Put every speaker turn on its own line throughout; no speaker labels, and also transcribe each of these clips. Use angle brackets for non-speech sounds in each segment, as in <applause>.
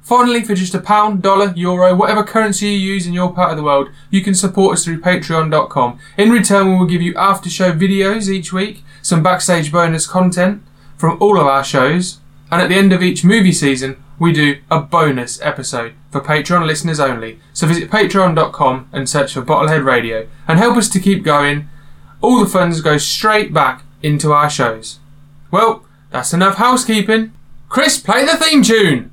Finally, for just a pound, dollar, euro, whatever currency you use in your part of the world, you can support us through patreon.com. In return, we will give you after show videos each week, some backstage bonus content from all of our shows, and at the end of each movie season, we do a bonus episode for Patreon listeners only. So visit patreon.com and search for Bottlehead Radio and help us to keep going all the funds go straight back into our shows. Well, that's enough housekeeping. Chris, play the theme tune!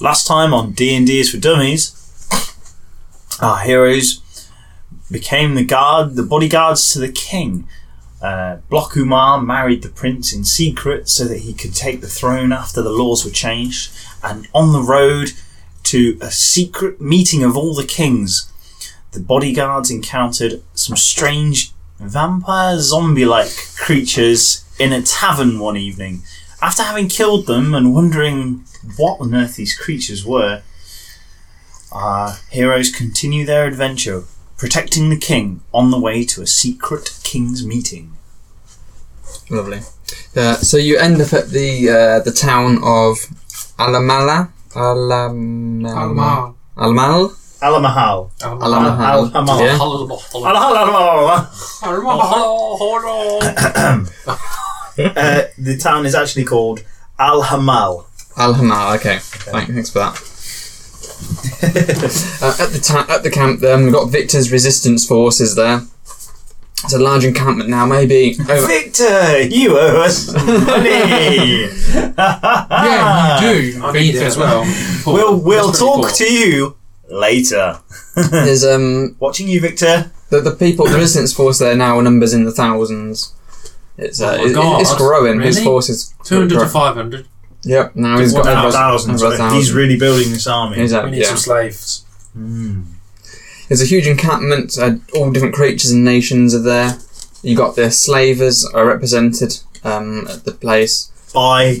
Last time on D and D is for Dummies, our heroes became the guard, the bodyguards to the king. Uh, Block Umar married the prince in secret so that he could take the throne after the laws were changed. And on the road to a secret meeting of all the kings, the bodyguards encountered some strange vampire zombie-like creatures in a tavern one evening. After having killed them and wondering what on earth these creatures were, our heroes continue their adventure, protecting the king on the way to a secret king's meeting.
Lovely. Uh, so you end up at the uh, the town of Alamala. Alam
Alma.
Alamal.
Alamahal.
Alamahal.
Alamal.
Yeah.
Alahalalalala.
Alma.
Uh, the town is actually called Al Hamal.
Alhamal. Okay. Thank- Thanks for
<laughs>
that. uh, at the ta- at the camp, then we've got Victor's resistance forces there. It's a large encampment now,
<laughs>
maybe Oh, over.
Victor, you owe us money.
<laughs> Yeah, you do. I
need it as well.
We'll we'll
That's pretty
talk
cool.
to you later.
There's um
Watching you, Victor.
the, the people, the resistance force there now numbers in the thousands. It's uh,
Oh my
it-
God,
it's growing. His
really?
force is
200 to
grow-
500.
Yep. Now he's got
Wow,
over a-
thousands.
over a thousand.
He's really building this army. Hmm.
He's at-
We need
yeah.
some slaves.
There's a huge encampment. Uh, all different creatures and nations are there. You got the slavers are represented um, at the place.
By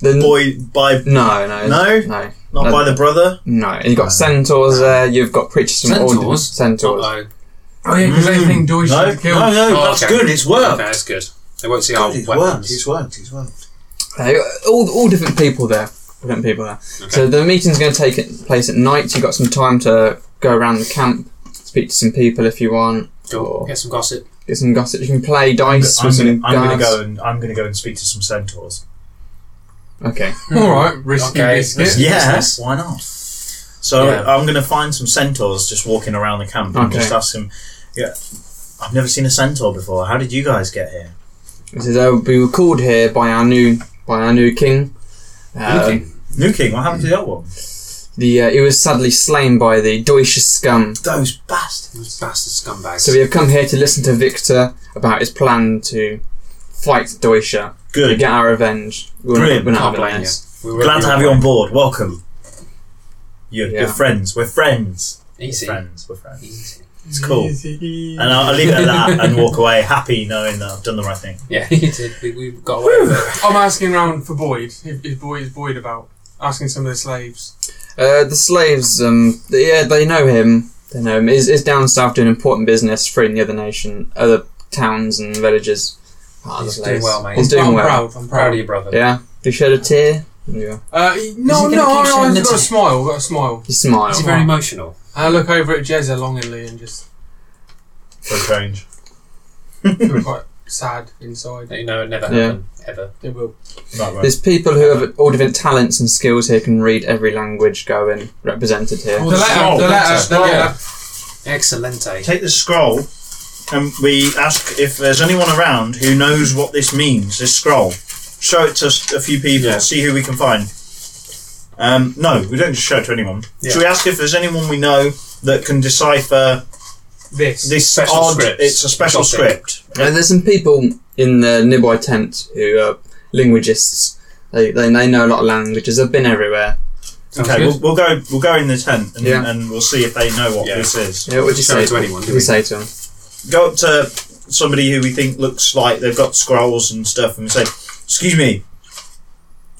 The,
boy, by
No, no,
No?
no,
not
No.
by the brother.
no. And you got centaurs there. You've got creatures from all different
Centaurs?
centaurs.
Uh-oh.
Oh, yeah, because they think Deutsch
Hmm. No,
no,
no,
killed.
no,
Oh,
that's
okay.
good. It's worked.
Okay, that's good. They won't see our
Good, it's worked.
weapons.
It's worked. It's worked.
Uh, all, all different people there. Different people there. So the meeting's going to take it- place at night. You've got some time to go around the camp, speak to some people if you want,
Cool.
or
Get some gossip.
get some gossip. You can play dice
I'm
with
gonna,
some
I'm gonna
guards.
go and I'm gonna go and speak to some centaurs.
Okay.
Alright, risky
Okay,
biscuit.
risky. Yes.
why not? So
Yeah.
I'm gonna find some centaurs just walking around the camp and
Okay.
just ask them. Yeah, I've never seen a centaur before. How did you guys get here?
This is uh, we were called here by our new by our new king. Um,
Okay.
New King, what happened to the old one?
The uh, he was sadly slain by the Deutsche scum.
Those bastards.
Those bastard scumbags.
So we have come here to listen to Victor about his plan to fight Deutsche to
Good.
get our revenge. We're not-
Brilliant.
We're not
Can't
having
blame you.
this.
We were-
Glad
we
to
were
have you on board. Welcome. You're,
Yeah.
you're friends. We're friends.
Easy.
We're friends. We're friends.
Easy. <laughs>
It's cool. And uh, I'll, I'll leave it at that and walk away happy knowing that I've done the right thing.
Yeah, you did. We, we got away with it.
I'm asking round for Boyd. If, if Boyd is Boyd about asking some of the slaves.
Uh, the slaves, um, they, yeah, they know him. They know him. Is is down south doing important business, freeing the other nation, other towns and villages. Part of
He's
the
doing
place.
well, mate.
He's doing
I'm
well.
proud. I'm
Proud of
proud.
you, brother.
Yeah. You shed a tear. Yeah.
Uh, no,
Is he gonna
no,
keep
I-
showing
I've
the
got a
teeth?
smile. I've got a smile.
You smile.
Is he very emotional?
And I look over at Jezza longingly and just
So strange.
feel quite sad
<laughs>
inside.
That you know it never
Yeah.
happened ever.
It will.
Right, right.
There's people who have all different talents and skills here can read every language going represented here.
The letter, the letter, the letter.
Excellente.
Take the scroll and we ask if there's anyone around who knows what this means, this scroll. Show it to s- a few people,
Yeah.
see who we can find. Um, no, we don't just show it to anyone.
Yeah.
Should we ask if there's anyone we know that can decipher
This.
this
Special
odd,
scripts.
it's a special
Gothic.
script.
Uh, there's some people in the nearby tent who are linguists. They, they, they know a lot of languages. They've been everywhere.
Sounds
okay,
good.
we'll, we'll go. We'll go in the tent and,
Yeah.
and we'll see if they know what
Yeah.
this is.
Yeah, what would you
Show
say
it to anyone,
What
do
do
we?
you say to them?
Go up to somebody who we think looks like they've got scrolls and stuff, and we say, "Excuse me,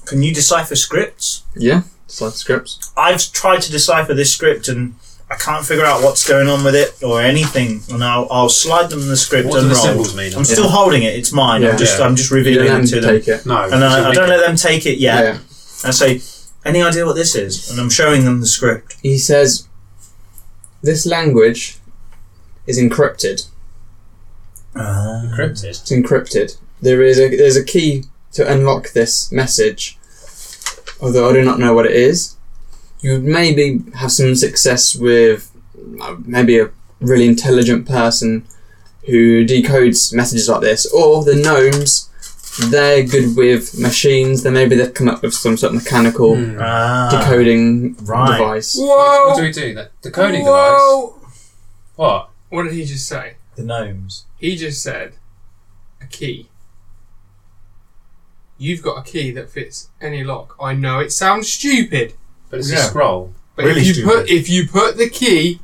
can you decipher scripts?
Yeah, slide scripts.
I've tried to decipher this script and." I can't figure out what's going on with it or anything, and I'll, I'll slide them the script
What do the
and roll.
symbols mean?
I'm still holding it; it's mine.
Yeah.
I'm just
Yeah.
I'm just
You
revealing
don't have
it to
to
them,
take it.
No.
and I, I don't let them take it yet.
yeah.
I say, "Any idea what this is?" And I'm showing them the script.
He says, "This language is encrypted.
Ah.
Encrypted.
It's encrypted. There is a there's a key to unlock this message. Although I do not know what it is. You would maybe have some success with uh, maybe a really intelligent person who decodes messages like this, or the gnomes. They're good with machines. Then maybe they've come up with some sort of mechanical
Hmm.
Ah.
decoding
right.
device.
What do
Whoa!
we do? The, the coding device?
Whoa!
What?
What did he just say?
The gnomes.
He just said a key. You've got a key that fits any lock. I know it sounds stupid,
But it's a
Yeah.
scroll.
but
Really
if you
stupid.
put if you put the key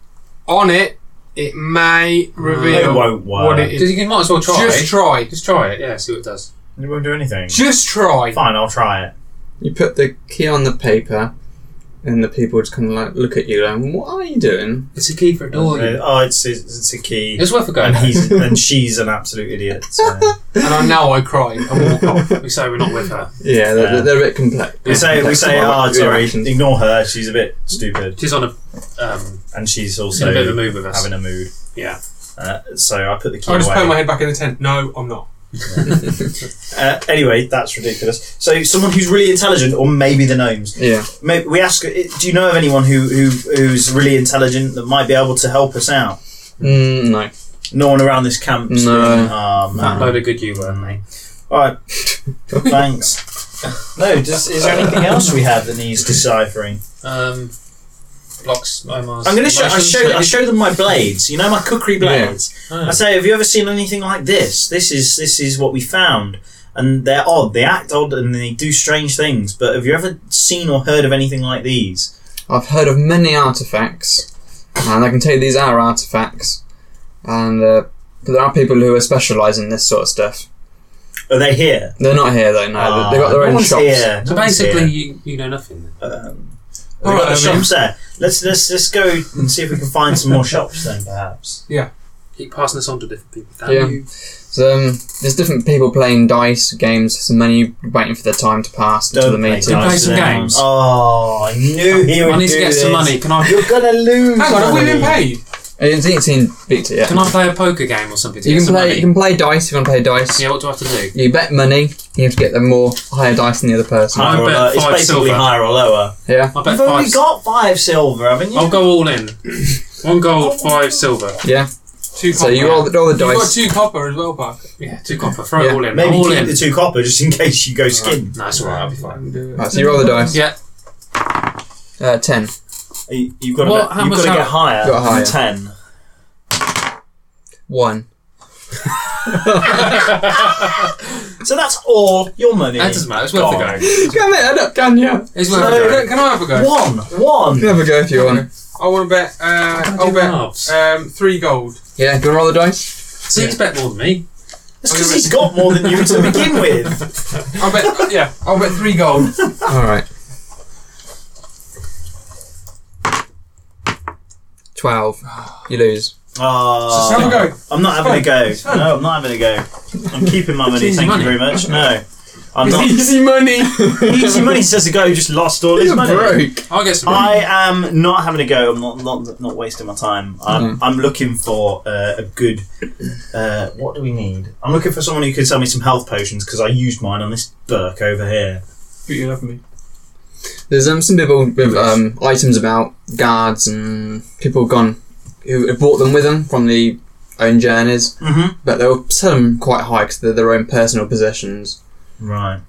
on it, it may reveal
It won't work.
what it
You
is.
you might as well try.
Just try.
Just try it. Yeah, see what it does.
It won't do anything.
Just try. <laughs>
Fine, I'll try it.
You put the key on the paper, and the people just kind of like look at you and what are you doing?
It's a key for a door.
Uh, oh, it's, it's it's a key.
It's worth a go.
And
<laughs>
he's and she's an absolute idiot. So.
And I now I <laughs> cry.
And walk <laughs> off. We say we're not with her.
Yeah, they're,
Yeah.
they're a bit complex.
We say we
complex
say,
about
oh,
your
sorry,
actions.
ignore her. She's a bit stupid,
She's on a um,
and she's
in
also
a bit of a mood with us.
having a mood.
Yeah.
Uh, so I put the key
I just
away.
put my head back in the tent. No, I'm not.
uh, anyway, that's ridiculous. So someone who's really intelligent, or maybe the gnomes.
Yeah.
Maybe we ask, uh, do you know of anyone who, who who's really intelligent that might be able to help us out?
Mm, no.
No one around this camp.
No.
Oh, man.
That load of good you were, mate.
<laughs>
Alright. Thanks. No, does, is there anything else we have that needs deciphering?
Um, blocks Omar's.
I'm going to show, I
motions,
show, I
maybe.
show them my blades. You know my cookery
Yeah.
blades.
Oh.
I say, have you ever seen anything like this? This is this is what we found, and they're odd. They act odd and they do strange things. But have you ever seen or heard of anything like these?
I've heard of many artifacts, and I can tell you these are artifacts. And uh, but there are people who are specialising in this sort of stuff.
Are they here?
They're not here though. No,
Ah,
they've got their
no
own
one's
shops.
Here.
So
no one's
basically,
here.
you, you know nothing.
Um,
Then.
All
we've got
right,
the
I mean-
shops there. Let's let's let's go and see if we can find some more shops then, perhaps.
Keep passing this on to different people. Thank
Yeah.
you.
So um, there's different people playing dice games. Some many waiting for their time to pass until the
play
meeting.
dice
play some
with them.
games.
Oh, I knew he would
I need to
do
get some
this. <laughs>
money. Can I?
You're gonna lose.
Hang on, have we
money.
been paid?
I didn't see Victor yet.
Can I play a poker game or something? To
You
get
can
some
play.
money?
You can play dice. If you want to play dice.
Yeah. What do I have to do?
You bet money. You have to get the more higher dice than the other person.
Huh?
Higher or
I bet
lower. It's
five
basically
silver.
higher or lower.
Yeah.
I bet
You've only
five. Oh,
got five silver, haven't you?
I'll go all in. One gold, five silver.
Yeah.
Two
So
copper.
you roll the, roll the
You've got
dice.
two copper as well, Parker.
Yeah, two copper. Throw
Yeah.
it all in.
Maybe
I'm all
keep
in.
the two copper just in case you go skin.
No, it's alright. I'll be fine.
Right, so you roll the dice.
Yeah.
Uh, ten.
You- You've got,
What-
to,
how
you've
much
got to
how-
get higher,
Got
than
higher.
ten.
One.
So that's all your money.
That doesn't matter. It's worth a
Gone.
go.
Can it end up, can you?
It's
No.
worth a
Can, can I have a go?
One, one.
Have a go if you want.
I want to bet. Uh, I'll bet
Halves.
um, three gold.
Yeah, do you want to roll the dice?
So you expect more than me.
That's because he's got more than you to begin
<laughs>
with.
I'll bet. yeah, I'll bet three gold.
Alright. 12. You lose.
Oh,
Have a go.
I'm not having a go.
fun.
No, I'm not having a go. I'm keeping my money.
It's easy
Thank
money.
you very much. No, I'm not.
Easy <laughs> money!
Easy money says a go. Who just lost all his
You're
money.
broke.
I'll get some.
I am not having a go. I'm not not, not wasting my time.
Mm.
I'm, I'm looking for uh, a good. Uh, what do we need? I'm looking for someone who can sell me some health potions because I used mine on this Burke over here.
You love me.
There's um, some people with um, items about guards and people gone who have brought them with them from the own journeys,
Mm-hmm.
but they'll sell them quite high because they're their own personal possessions.
Right.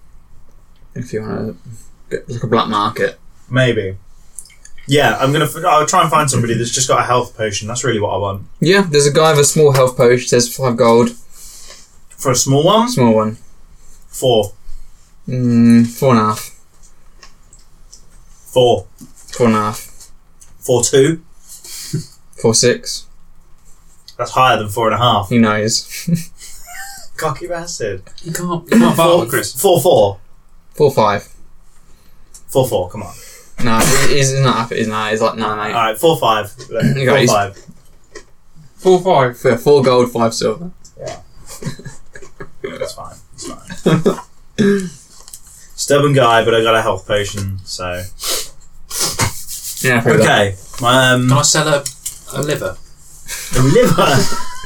If you want to, like a black market.
Maybe. Yeah, I'm gonna. f- I'll try and find somebody that's just got a health potion. That's really what I want
Yeah, there's a guy with a small health potion. Says five gold,
for a small one.
small one.
Four,
Mm, four and a half.
four,
Four and a half.
four, two.
Four six.
That's higher than four and a half.
He knows.
Cocky bastard.
You can't. You can't barter,
Four,
with Chris.
four, four,
Four five.
four, four. Come on.
Nah, he- he's not happy. He's not. He's like
All
nine eight.
right, four, five.
<laughs> You
Four,
guys-
five.
Four five.
For four gold, five silver.
That's fine. It's fine. Stubborn guy, but I got a health potion, so
Yeah. pretty much.
okay. Um,
Can I sell a, a liver?
a liver.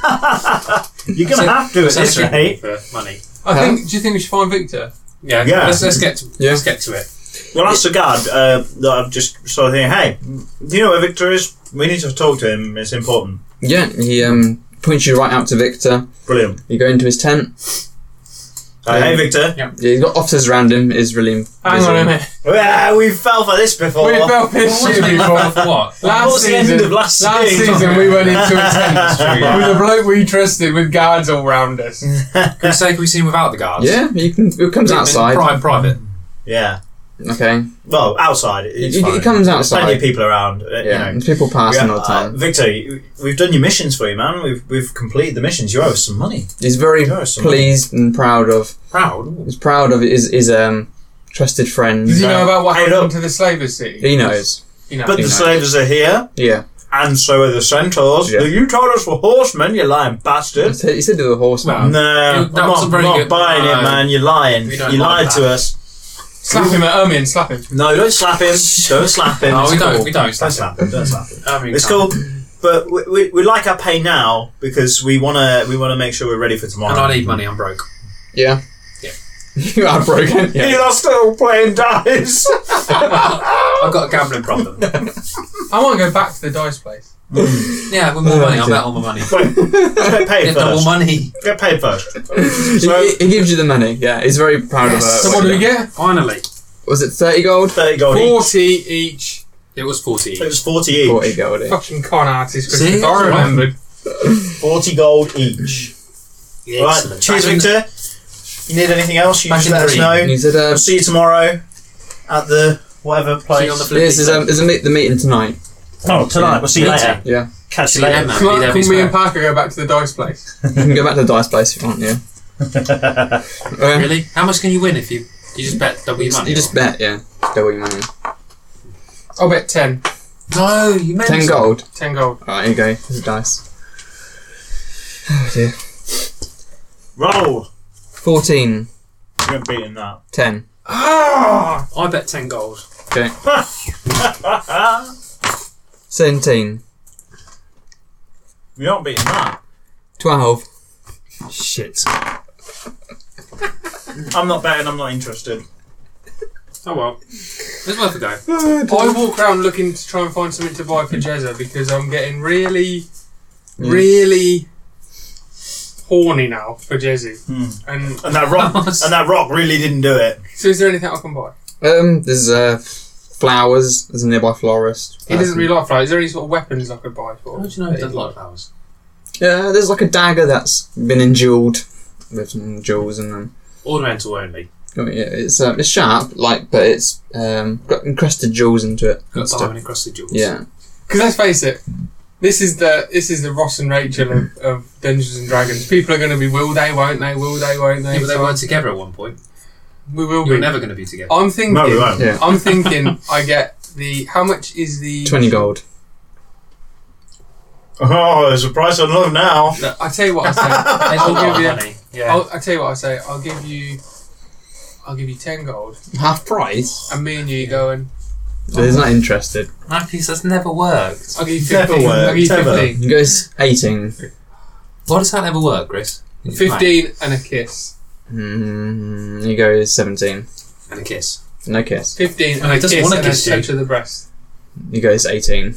<laughs> You're gonna have to at this
Accessory
rate.
for money.
I
Huh?
think. Do you think we should find Victor?
Yeah.
Yeah.
Let's, let's get. To,
Yeah.
Let's get to it.
Well, that's the guard uh, that I've just sort of thinking. Hey, do you know where Victor is? We need to talk to him. It's important.
Yeah. He um points you right out to Victor.
Brilliant.
You go into his tent.
Uh,
Yeah.
Hey, Victor.
Yeah, he's got officers around him. Is really
Hang on a minute.
Ah, we fell for this before.
We felt this shit before.
what?
Last
What was the end
season,
of last
last
season?
season we went into a <laughs> tent
Yeah.
with a bloke we trusted with guards all round us.
Can we say can we see him without the guards?
Yeah, you can. It comes outside.
Private. Private.
Yeah.
Okay.
Well, outside. It's
It- it
fine.
comes
Plenty
outside.
of people around. uh, You
Yeah.
know.
there's people passing
Yeah,
all the
uh,
time.
Victor, you- we've done your missions for you, man. We've we've completed the missions. You owe us some money.
He's very
There are some-
pleased and proud of.
Proud. Ooh.
He's proud of his his um trusted friend.
Does he
No.
know about what
Hey,
happened
look.
to the slaver city?
He knows.
You know.
But the
nice.
slavers are here,
Yeah.
and so are the centaurs.
Yeah.
that You told us were horsemen, you lying
He
bastard.
said he said to the
Well,
horseman.
No,
You-
I'm
that
not,
wasn't very
not
good.
buying it,
No.
man. You're lying.
We
You
don't
lied
like
to
that.
us.
slap him at Ermin, slap him.
No, don't slap him. Don't slap him.
<laughs> No,
It's
we don't-
cool.
we don't slap
him. Don't slap him.
I mean,
It's cool, but we, we, we like our pay now because we wanna we wanna make sure we're ready for tomorrow.
And I need money. I'm broke.
Yeah. <laughs>
Yeah.
you are broken. Yeah.
are still playing dice. <laughs>
I've got a gambling problem.
I want to go back to the dice place.
Yeah, with more money, I'll bet all my money.
Wait, get paid
Get double
first.
money.
Get paid first. <laughs> So-
He, he gives you the money. Yeah. He's very proud
Yes.
So
of. Uh,
what do we get?
Finally,
was it thirty gold?
Thirty gold. each.
Forty each.
it was forty.
It was 40 each.
Forty
40,
gold. eh?
Fucking con artist.
See?
Christopher. I remembered.
gold each. Right,
Excellent.
cheers,
Back in-
Victor. You need anything else, you
Back
just
in
let us
three.
know.
And he said, uh,
We'll see you tomorrow at the whatever place.
See you on the flip.
"Yes, there's, um, there's a meet, the meeting tonight."
oh, tonight. We'll see you
Meeting.
later.
Yeah,
Catch you
See you
later.
then, man.
Can,
Be
I,
there,
can
be
me
square.
and Parker go back to the dice place?
you can go back to the dice place if you want. Yeah. Uh,
Really? How much can you win if you you just bet double your money?
You just bet, yeah. Double your money.
I'll bet ten.
no, you meant
Ten
to.
gold.
Ten gold.
Alright, here you go. Here's a dice. Oh dear.
Roll.
14,
You ain't beating that.
10.
Ah!
I bet ten gold.
17,
You're not beating that.
12.
Shit.
I'm not betting. I'm not interested.
Oh well, it's worth a go.
I walk around looking to try and find something to buy for Jezza because I'm getting really,
Mm.
really horny now for Jezzy.
Hmm.
And
And that
<laughs>
rock, and that rock really didn't do it.
so, is there anything I can buy?
Um, there's uh, flowers. There's a nearby florist.
He doesn't really like flowers. Is there any sort of weapons I could buy for?
How
him?
do you know he doesn't like flowers?
Yeah, there's like a dagger that's been enjeweled with some jewels in them.
Ornamental only.
Oh, yeah, it's um, it's sharp, like, but it's um got encrusted jewels into it.
Got
and stuff.
diamond encrusted jewels.
Yeah.
'Cause
let's face it, this is the this is the Ross and Rachel of, of Dungeons and Dragons. People are going to be will they, won't they? Will they, won't they?
Yeah, but they
So
weren't together at one point.
we will
You're
be.
never going to be together.
I'm thinking.
No, we won't.
Yeah.
I'm thinking. I get the how much is the
20 gold.
Oh, there's a price on love now.
I tell you what I say.
It's a lot
give
of
you-
money. <laughs> Yeah.
I'll, I tell you what I say. I'll give you. I'll give you ten gold,
Half price?
and me and you go and
But he's not interested.
Matthews, that's never worked.
I'll give you
Never
fifteen. I'll
worked,
give you
ever.
fifteen.
He goes 18.
Why does that never work, Chris? It's mate.
Fifteen and a kiss.
Mm, he goes 17.
And a kiss.
No kiss.
Fifteen and
Oh, he
a
doesn't
kiss
wanna
and
kiss
a
you.
touch of the breast.
He goes 18.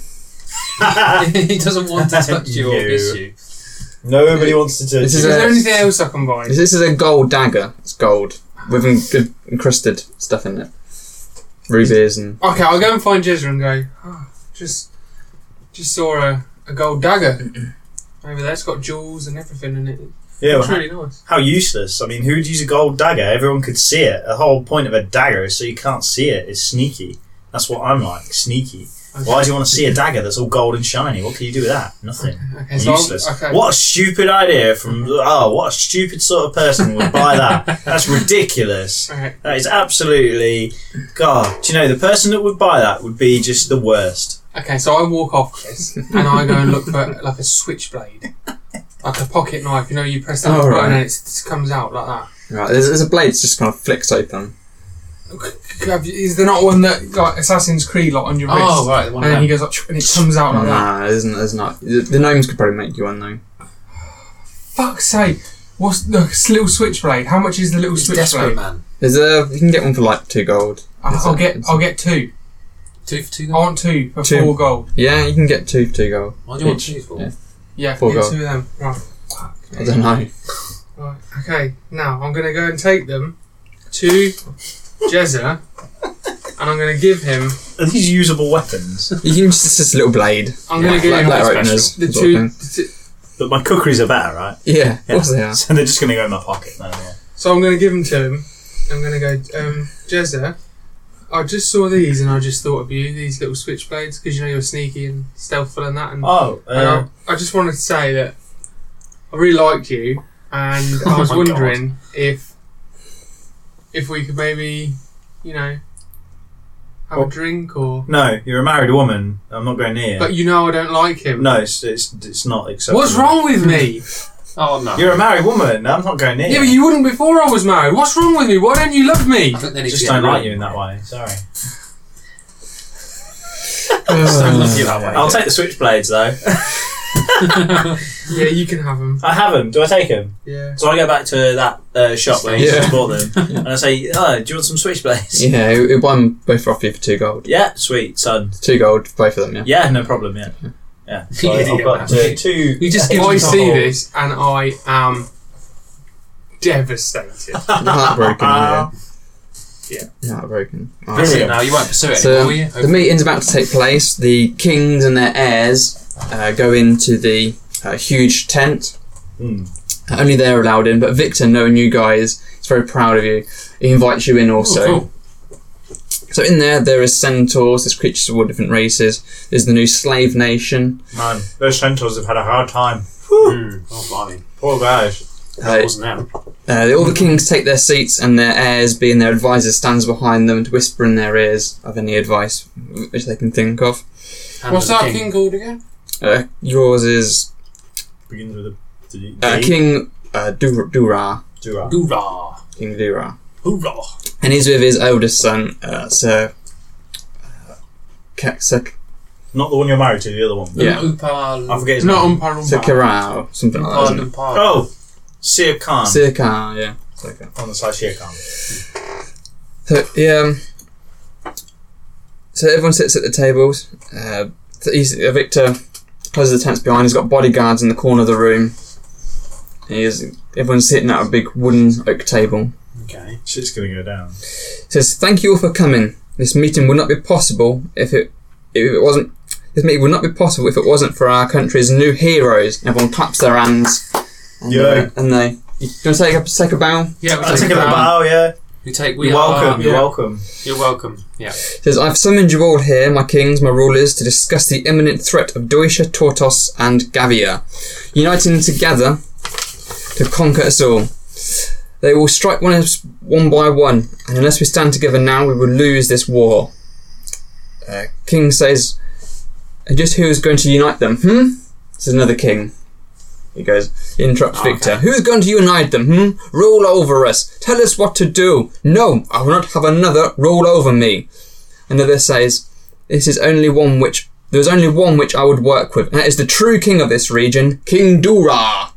he doesn't want to touch you or
You.
kiss you.
Nobody wants to touch
Is
This is
you.
there
a-
anything else I can buy?
This this is a gold dagger. It's gold. With en- good encrusted stuff in it. Rubies and.
Okay, I'll go and find Jezra and go. Oh, just, just saw a, a gold dagger over there. It's got jewels and everything in it.
Yeah,
It's
well,
really nice.
how useless. I mean, who would use a gold dagger? Everyone could see it. The whole point of a dagger is so you can't see it. It's sneaky. That's what I'm like, sneaky. Why do you want to see a dagger that's all gold and shiny? What can you do with that? Nothing.
Okay, so
Useless.
I'll, okay.
What a stupid idea from. Oh, what a stupid sort of person would buy
<laughs>
that. That's ridiculous.
Okay.
That is absolutely. God, do you know the person that would buy that would be just the worst.
Okay, so I walk off Chris and I go and look for like a switchblade, like a pocket knife. You know, you press that
Oh,
button
right.
and it's- it just comes out like that.
Right, there's, there's a blade that just kind of flicks open.
C- c- have you- Is there not one that like Assassin's Creed like on your wrist?
Oh, right. the One
And then
of
he
them.
goes like, and it comes out like that.
Nah, there's, n- there's not. The, the gnomes could probably make you one though.
Fuck's sake! What's the little switchblade? How much is the little
He's desperate,
switchblade?
man.
There's a. You can get one for like two gold.
I'll,
Is
I'll
it-
get.
is it-
I'll get two.
Two for two.
I
then?
want two for
Two.
four gold.
Yeah, you can get two for two gold.
Why do you want
Each,
two for?
yeah.
Yeah,
Four
yeah,
gold.
two of them. Right.
I don't know.
right. Okay, now I'm going to go and take them to Jezza and I'm going to give him.
Are these usable weapons?
You can just. It's just a little blade.
I'm
Yeah,
going to give
Like
him
letter
special.
openers.
the
sort of
two.
thing.
the two-
But my cookeries are better, right?
Yeah, of course they are.
<laughs> So they're just going to go in my pocket. No, yeah.
So I'm going to give them to him. I'm going to go, um, Jezza, I just saw these and I just thought of you, these little switchblades, because you know you're sneaky and stealthful and that. And,
Oh, uh,
and I, I just wanted to say that I really liked you and
<laughs>
I
Oh
was
my
wondering if if we could maybe, you know, have
Well-
a drink or.
no, you're a married woman. I'm not going near.
But you know I don't like him.
no, it's, it's it's not acceptable.
What's wrong with me?
Oh, no.
You're a married woman. I'm not going near.
Yeah, but you wouldn't before I was married. What's wrong with me? Why don't you love me?
I think they
I
need
just
to get
don't like
rid-
you in that way. Sorry.
<laughs>
Just don't
Uh,
love you that way.
I'll take the switchblades though.
Yeah, you can have him.
I have them. Do I take them?
Yeah.
So I go back to that uh, shop where you
Yeah.
just bought them, and I say, "Oh, do you want some switchblades?"
Yeah, it, it won both off you for two
<laughs>
gold.
Yeah, sweet son.
Two gold for both of them, yeah.
Yeah, no problem. Yeah, yeah. So
You
I've
idiot,
got
man.
uh, two. <laughs>
You just give
I
them
see
gold.
this and I am devastated.
Heartbroken, yeah.
<laughs> Yeah.
Heartbroken. Oh,
That's it
Brilliant.
now. You won't pursue it
So
anymore, will you?
the meeting's about to take place. The kings and their heirs uh, go into the uh, huge tent.
Mm.
Only they're allowed in, but Victor, knowing you guys, is very proud of you. He invites you in also.
cool.
So in there, there is centaurs. There's creatures of all different races. There's the new slave nation.
Man, those centaurs have had a hard time.
Mm. Oh, blimey.
Poor guys.
Uh,
That wasn't them.
Uh, all the kings take their seats, and their heirs, being their advisors, stands behind them to whisper in their ears of any advice which they can think of.
Hand
What's
of the
that king called again?
Uh, yours is
Begins with a D.
uh, King uh, Dur- Dura,
Dura.
Hoorah.
King Dura,
Hoorah.
and he's with his eldest son, uh, Sir. uh, Ke- Sir,
Not the one you're married to, the other one.
yeah,
I
Oopal.
forget his
It's not
name.
Umpar
Sir Kirao, something like that. Isn't it?
Oh, Sir Khan. Oh,
Sir Ka, yeah. Sir Ka.
on the side, Sir Khan.
So yeah. um, So everyone sits at the tables. Uh, so he's, uh, Victor closes the tents behind. He's got bodyguards in the corner of the room. He is, everyone's sitting at a big wooden oak table.
Oh.
Okay.
Shit's gonna go down.
He says, "Thank you all for coming. This meeting would not be possible if it if it wasn't." This meeting would not be possible if it wasn't for our country's new heroes. And Everyone claps their hands. And,
Yeah.
uh, and they. You want to take a, take a bow?
Yeah,
I take a bow, Oh, yeah.
We take. We
You're
are-
welcome. You're
<laughs>
yeah.
welcome. <laughs>
You're welcome. Yeah.
Says, I've summoned you all here, my kings, my rulers, to discuss the imminent threat of Deutsche, Tortos, and Gavia, uniting together to conquer us all. They will strike one, of us one by one, and unless we stand together now, we will lose this war. Uh, king says, "And just who is going to unite them? Hmm? Says another king. He goes, he interrupts
Oh,
Victor.
okay.
Who's going to unite them? Hmm? Rule over us. Tell us what to do. No, I will not have another rule over me. Another says, This is only one which there is only one which I would work with, and that is the true king of this region, King Dura.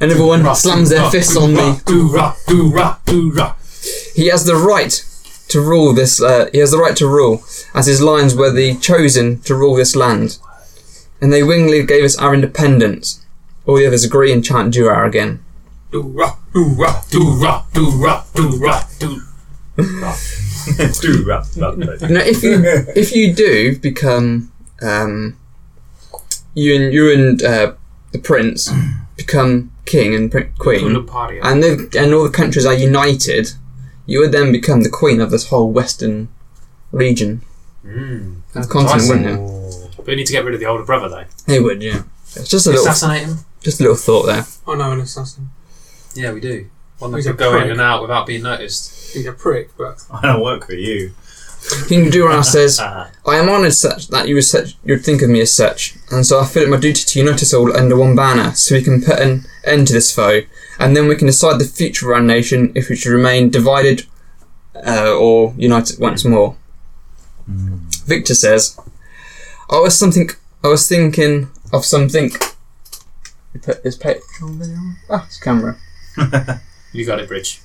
And everyone slams their fists on me.
Do ra, do ra, do ra.
He has the right to rule this. Uh, he has the right to rule, as his lines were the chosen to rule this land. And they willingly gave us our independence. All the others agree and chant Durar again.
Do ra, do ra, do ra, do ra, do ra, do.
Do rap, rap, rap.
Now, if you if you do become um, you and you and uh, the prince become king and prin-
Pull
queen,
a party.
and the, and all the countries are united, you would then become the queen of this whole western region,
Mm.
of continent, wouldn't you?
But we need to get rid of the older brother though.
They would, yeah. It's just a little,
Assassinate him.
just a little thought there.
I know Oh, an assassin.
Yeah, we do. One that
He's a
can go
prick.
in and out without being noticed.
He's a prick, but
I don't work for you.
King Duran says,
Ah,
"I am honoured such that you would such you'd think of me as such, and so I feel it my duty to unite us all under one banner, so we can put an end to this foe, and then we can decide the future of our nation if we should remain divided uh, or united once more." Victor says, "I was something. I was thinking of something." You Put this petrol there. on? Ah, it's camera.
You got it, Bridge.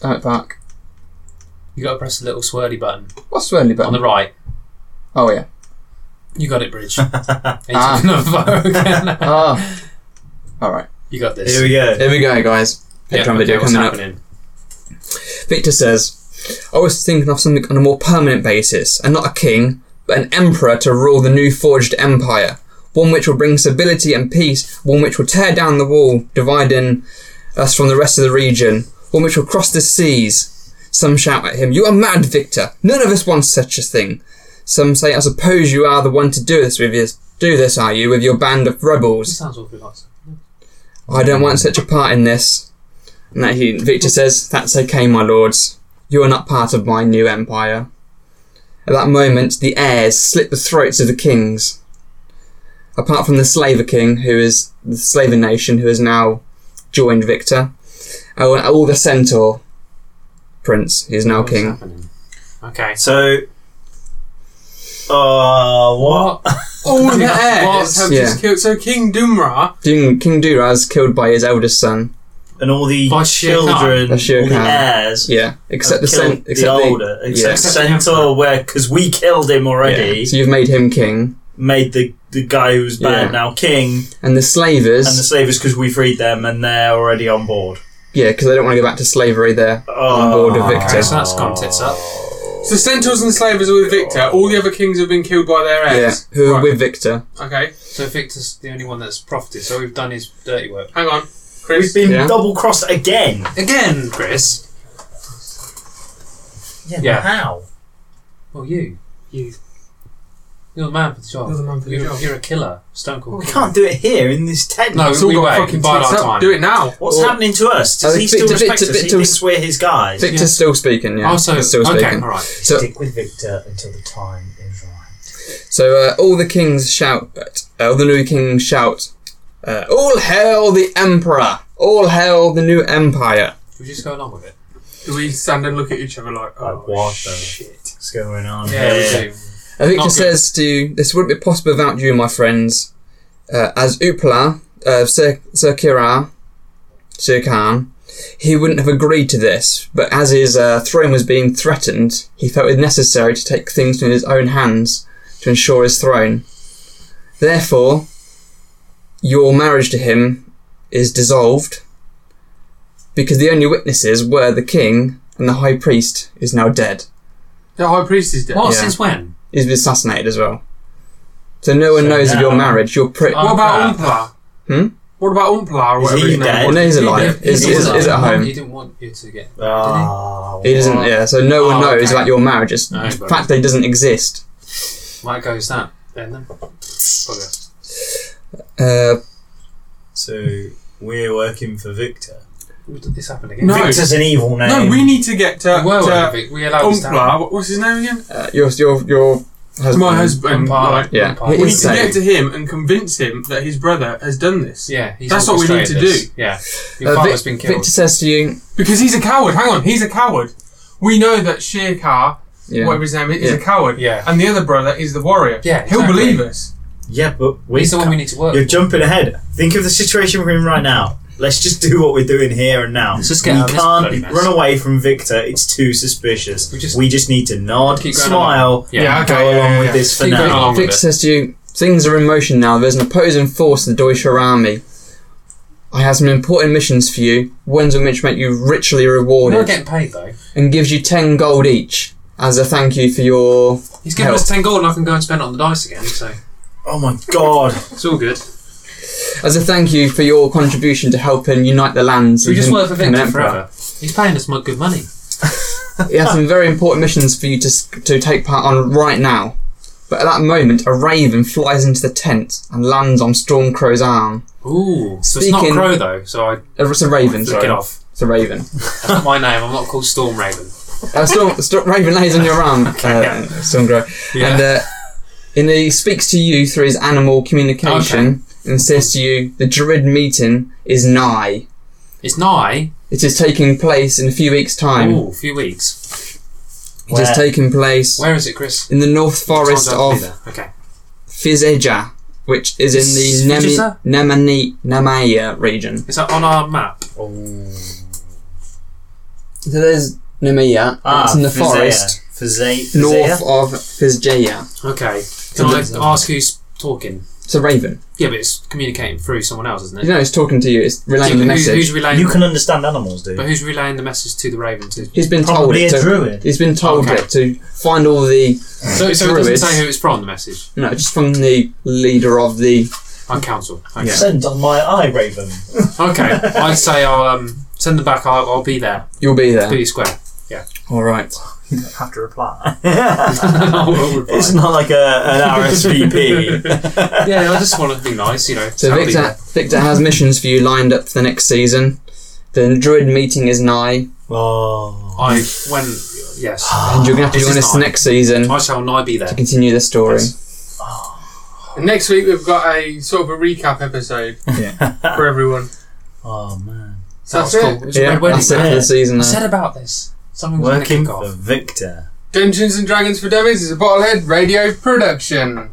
Damn it back.
You got to press the little swirly button
What's the only
on the
button?
right.
Oh yeah.
You got it,
<laughs>
Bridge. Are you
Ah.
taking <laughs> another photo again?
Ah. All right.
You got this.
here we go.
Here we go, guys.
yeah,
Patreon
okay,
video
what's
coming up.
happening?
Victor says, I was thinking of something on a more permanent basis, and not a king, but an emperor to rule the new forged empire. One which will bring stability and peace, one which will tear down the wall dividing us from the rest of the region, one which will cross the seas. Some shout at him, You are mad, Victor! None of us wants such a thing. Some say, I suppose you are the one to do this with your, do this, are you, with your band of
This
rebels?
sounds awfully like
I don't want such a part in this. And that he, Victor says, That's okay, my lords. You are not part of my new empire. At that moment, the heirs slit the throats of the kings. Apart from the Slaver King, who is the Slaver nation, who has now joined Victor. Oh, and all the Centaur Prince, he is now
What's
king.
happening? Okay.
So, uh, what?
all the
Yeah.
heirs have
Yeah.
just killed. So King Dumra,
King, king Duraz killed by his eldest son.
And all the
By sheer
children,
By sheer
all the
kind.
heirs.
Yeah, except the,
have Uh, killed
cen- except
the older,
yeah.
except
Except the
Centaur, where because we killed him already,
yeah. So you've made him king.
made the the guy who's bad
Yeah.
now king,
And the
and
Slavers.
the slavers because we freed them, and they're already on board.
Yeah, because they don't want to go back to slavery there.
Oh,
board with Victor.
So that's gone tits up.
so Centaurs and Slavers are with Victor. All the other kings have been killed by their
Yeah,
heirs.
who are
Right,
with Victor.
Okay,
So Victor's the only one that's profited. So we've done his dirty work
hang on,
We've
Chris.
been
Yeah.
double crossed again.
again, Chris. Yeah.
How?
Well, you,
You.
you're the man for the job.
You're the man for the
You're-
job.
You're a killer, stone cold.
We
killer.
can't do it here in this tent.
No,
It's all
we
got
wait.
fucking
Bide our
tits up.
time.
Do it now.
What's
Well-
happening to us? Does
Oh,
he
Victor-
still respect
Victor-
us?
Victor-
he thinks we're his guys.
Victor's still speaking,
Oh,
yeah.
Also,
he's still
Oh, okay,
speaking.
all right.
So,
with Victor until the time is right.
so uh, all the kings shout, uh, all the new kings shout, uh, All hail the emperor! All hail the new empire!
Should we just go along with it?
Do we stand and look at each other like, oh
Like what the-
shit?
What's going on
Yeah,
here?
we do.
And Uh, Victor
Not good.
says to you, This wouldn't be possible without you, my friends. Uh, as Upla, uh, Sir, Sir Kira, Sir Khan, he wouldn't have agreed to this, but as his uh, throne was being threatened, he felt it necessary to take things into his own hands to ensure his throne. Therefore, your marriage to him is dissolved because the only witnesses were the king and the high priest is now dead.
The high priest is dead.
What
Yeah.
since when?
He's been assassinated as well. So no one knows of your
now-
marriage. Your pri-
Oh.
What about Umpla?
Hmm?
What about Umpla or
Is he
whatever his name
dead?
was?
No, he's
He
alive.
did.
He's-
He
he's-
did.
he's at home.
He didn't want you to get.
Ah,
He doesn't. Yeah. So no one
Oh,
knows
okay.
about your marriage. It's
No,
the
but-
fact that he doesn't exist.
Might go is that then then. Bugger.
Uh,
So we're working for Victor.
It's happened again.
No.
Victor's an evil name.
No, we need to get to,
We were
to
working, we allowed this down.
Umpla. What- What's his name again?
uh, your your your husband.
My husband.
Umpire.
right.
Yeah.
Umpire.
We
He's
need to
saying-
get to him and convince him that his brother has done this.
Yeah, he's
That's what we need to
orchestrated this. Yeah, your
Uh, Vic-
father's been killed.
Victor says to you.
Because he's a coward. Hang on, he's a coward.
We know that Sheerkar,
Yeah.
whatever his name is,
Yeah.
is a coward.
Yeah.
And the other brother is the warrior.
Yeah,
He'll
exactly.
believe us.
Yeah, but we
He's the one we need to work.
You're
with.
jumping ahead. Think of the situation we're in right now. Let's just do what we're doing here and now.
Let's just get
we
out of this bloody
can't
mess.
run away from Victor. It's too suspicious.
We just-
need to nod,
Keep going
smile,
Yeah.
Yeah, okay.
go
yeah,
along
yeah,
with
yeah.
this for
Keep going
now.
along. with
Victor
it.
says to you, things are in motion now. There's an opposing force to the Deutsche Army. I have some important missions for you, ones in which make you richly
We're not
rewarded,
getting paid though.
and gives you ten gold each as a thank you for your.
He's given
Help.
us ten gold, and I can go and spend it on the dice again. So
Oh my god!
it's all good.
As a thank you for your contribution to helping unite the lands.
We
and
just
him
work for
become an
Victor
emperor.
forever. He's paying us mo- good money.
He has some very important missions for you to s- to take part on right now. But at that moment, a raven flies into the tent and lands on Stormcrow's arm.
Ooh, so it's not
Speaking-
Crow though. So I
Uh, It's a raven.
flick
Sorry.
it off.
It's a raven.
That's not my name. I'm not called Storm Raven.
Uh, Storm, Storm, Raven lays on your
<laughs>
arm, uh, Stormcrow, <laughs> and uh, and he speaks to you through his animal communication and says to you, "The Druid meeting is nigh.
It's nigh.
It is taking place in a few weeks' time.
Ooh, a few weeks.
It is
Where?
taking place
Where is it, Chris?
in the North Forest
Time's up
of
to be there. Okay.
Fizeja, which is in the
Fizeja?
Nemi- Nemani Namaya region.
Is that on our map?
So there's Nemaya.
Ah,
it's in the
Fizea.
forest
Fizea-
north
Fizea?
of Fizjaya.
Okay. Can I
there's-
ask who's talking?
It's a raven.
Yeah, but it's communicating through someone else, isn't it?
You know, it's talking to you. It's relaying the
Who-
message.
Who's relaying?
You can understand animals, dude.
But who's relaying the message to the Raven? To
He's been
Probably a
told to,
druid.
He's been told
Okay.
it to find all the
so, so it doesn't
Druids.
say who it's from. The message
no, just from the leader of the
on council. Okay.
Send on my eye, Raven.
okay. I'd say I'll um, send them back. I'll, I'll be there.
you'll be there.
Be square. <laughs>
All right.
You don't have to <laughs> reply.
I'll reply.
it's not like a, an RSVP.
yeah, I just want to be nice, you know.
So
I'll be
Victor
there.
Victor has missions for you lined up for the next season. The druid meeting is nigh,
oh.
I when yes.
and you're gonna have to
This
join
is
us
nigh.
next season
I shall not be there.
to continue the story.
And next week we've got a sort of a recap episode for everyone.
oh man.
So
That was
that's
cool.
it.
It was a
Yeah,
red wedding.
that's it for
yeah.
the season.
I
now.
said about this. Something was going to
Working
kick
for
off.
Victor.
Dungeons and Dragons for Dummies is a Bottlehead radio production.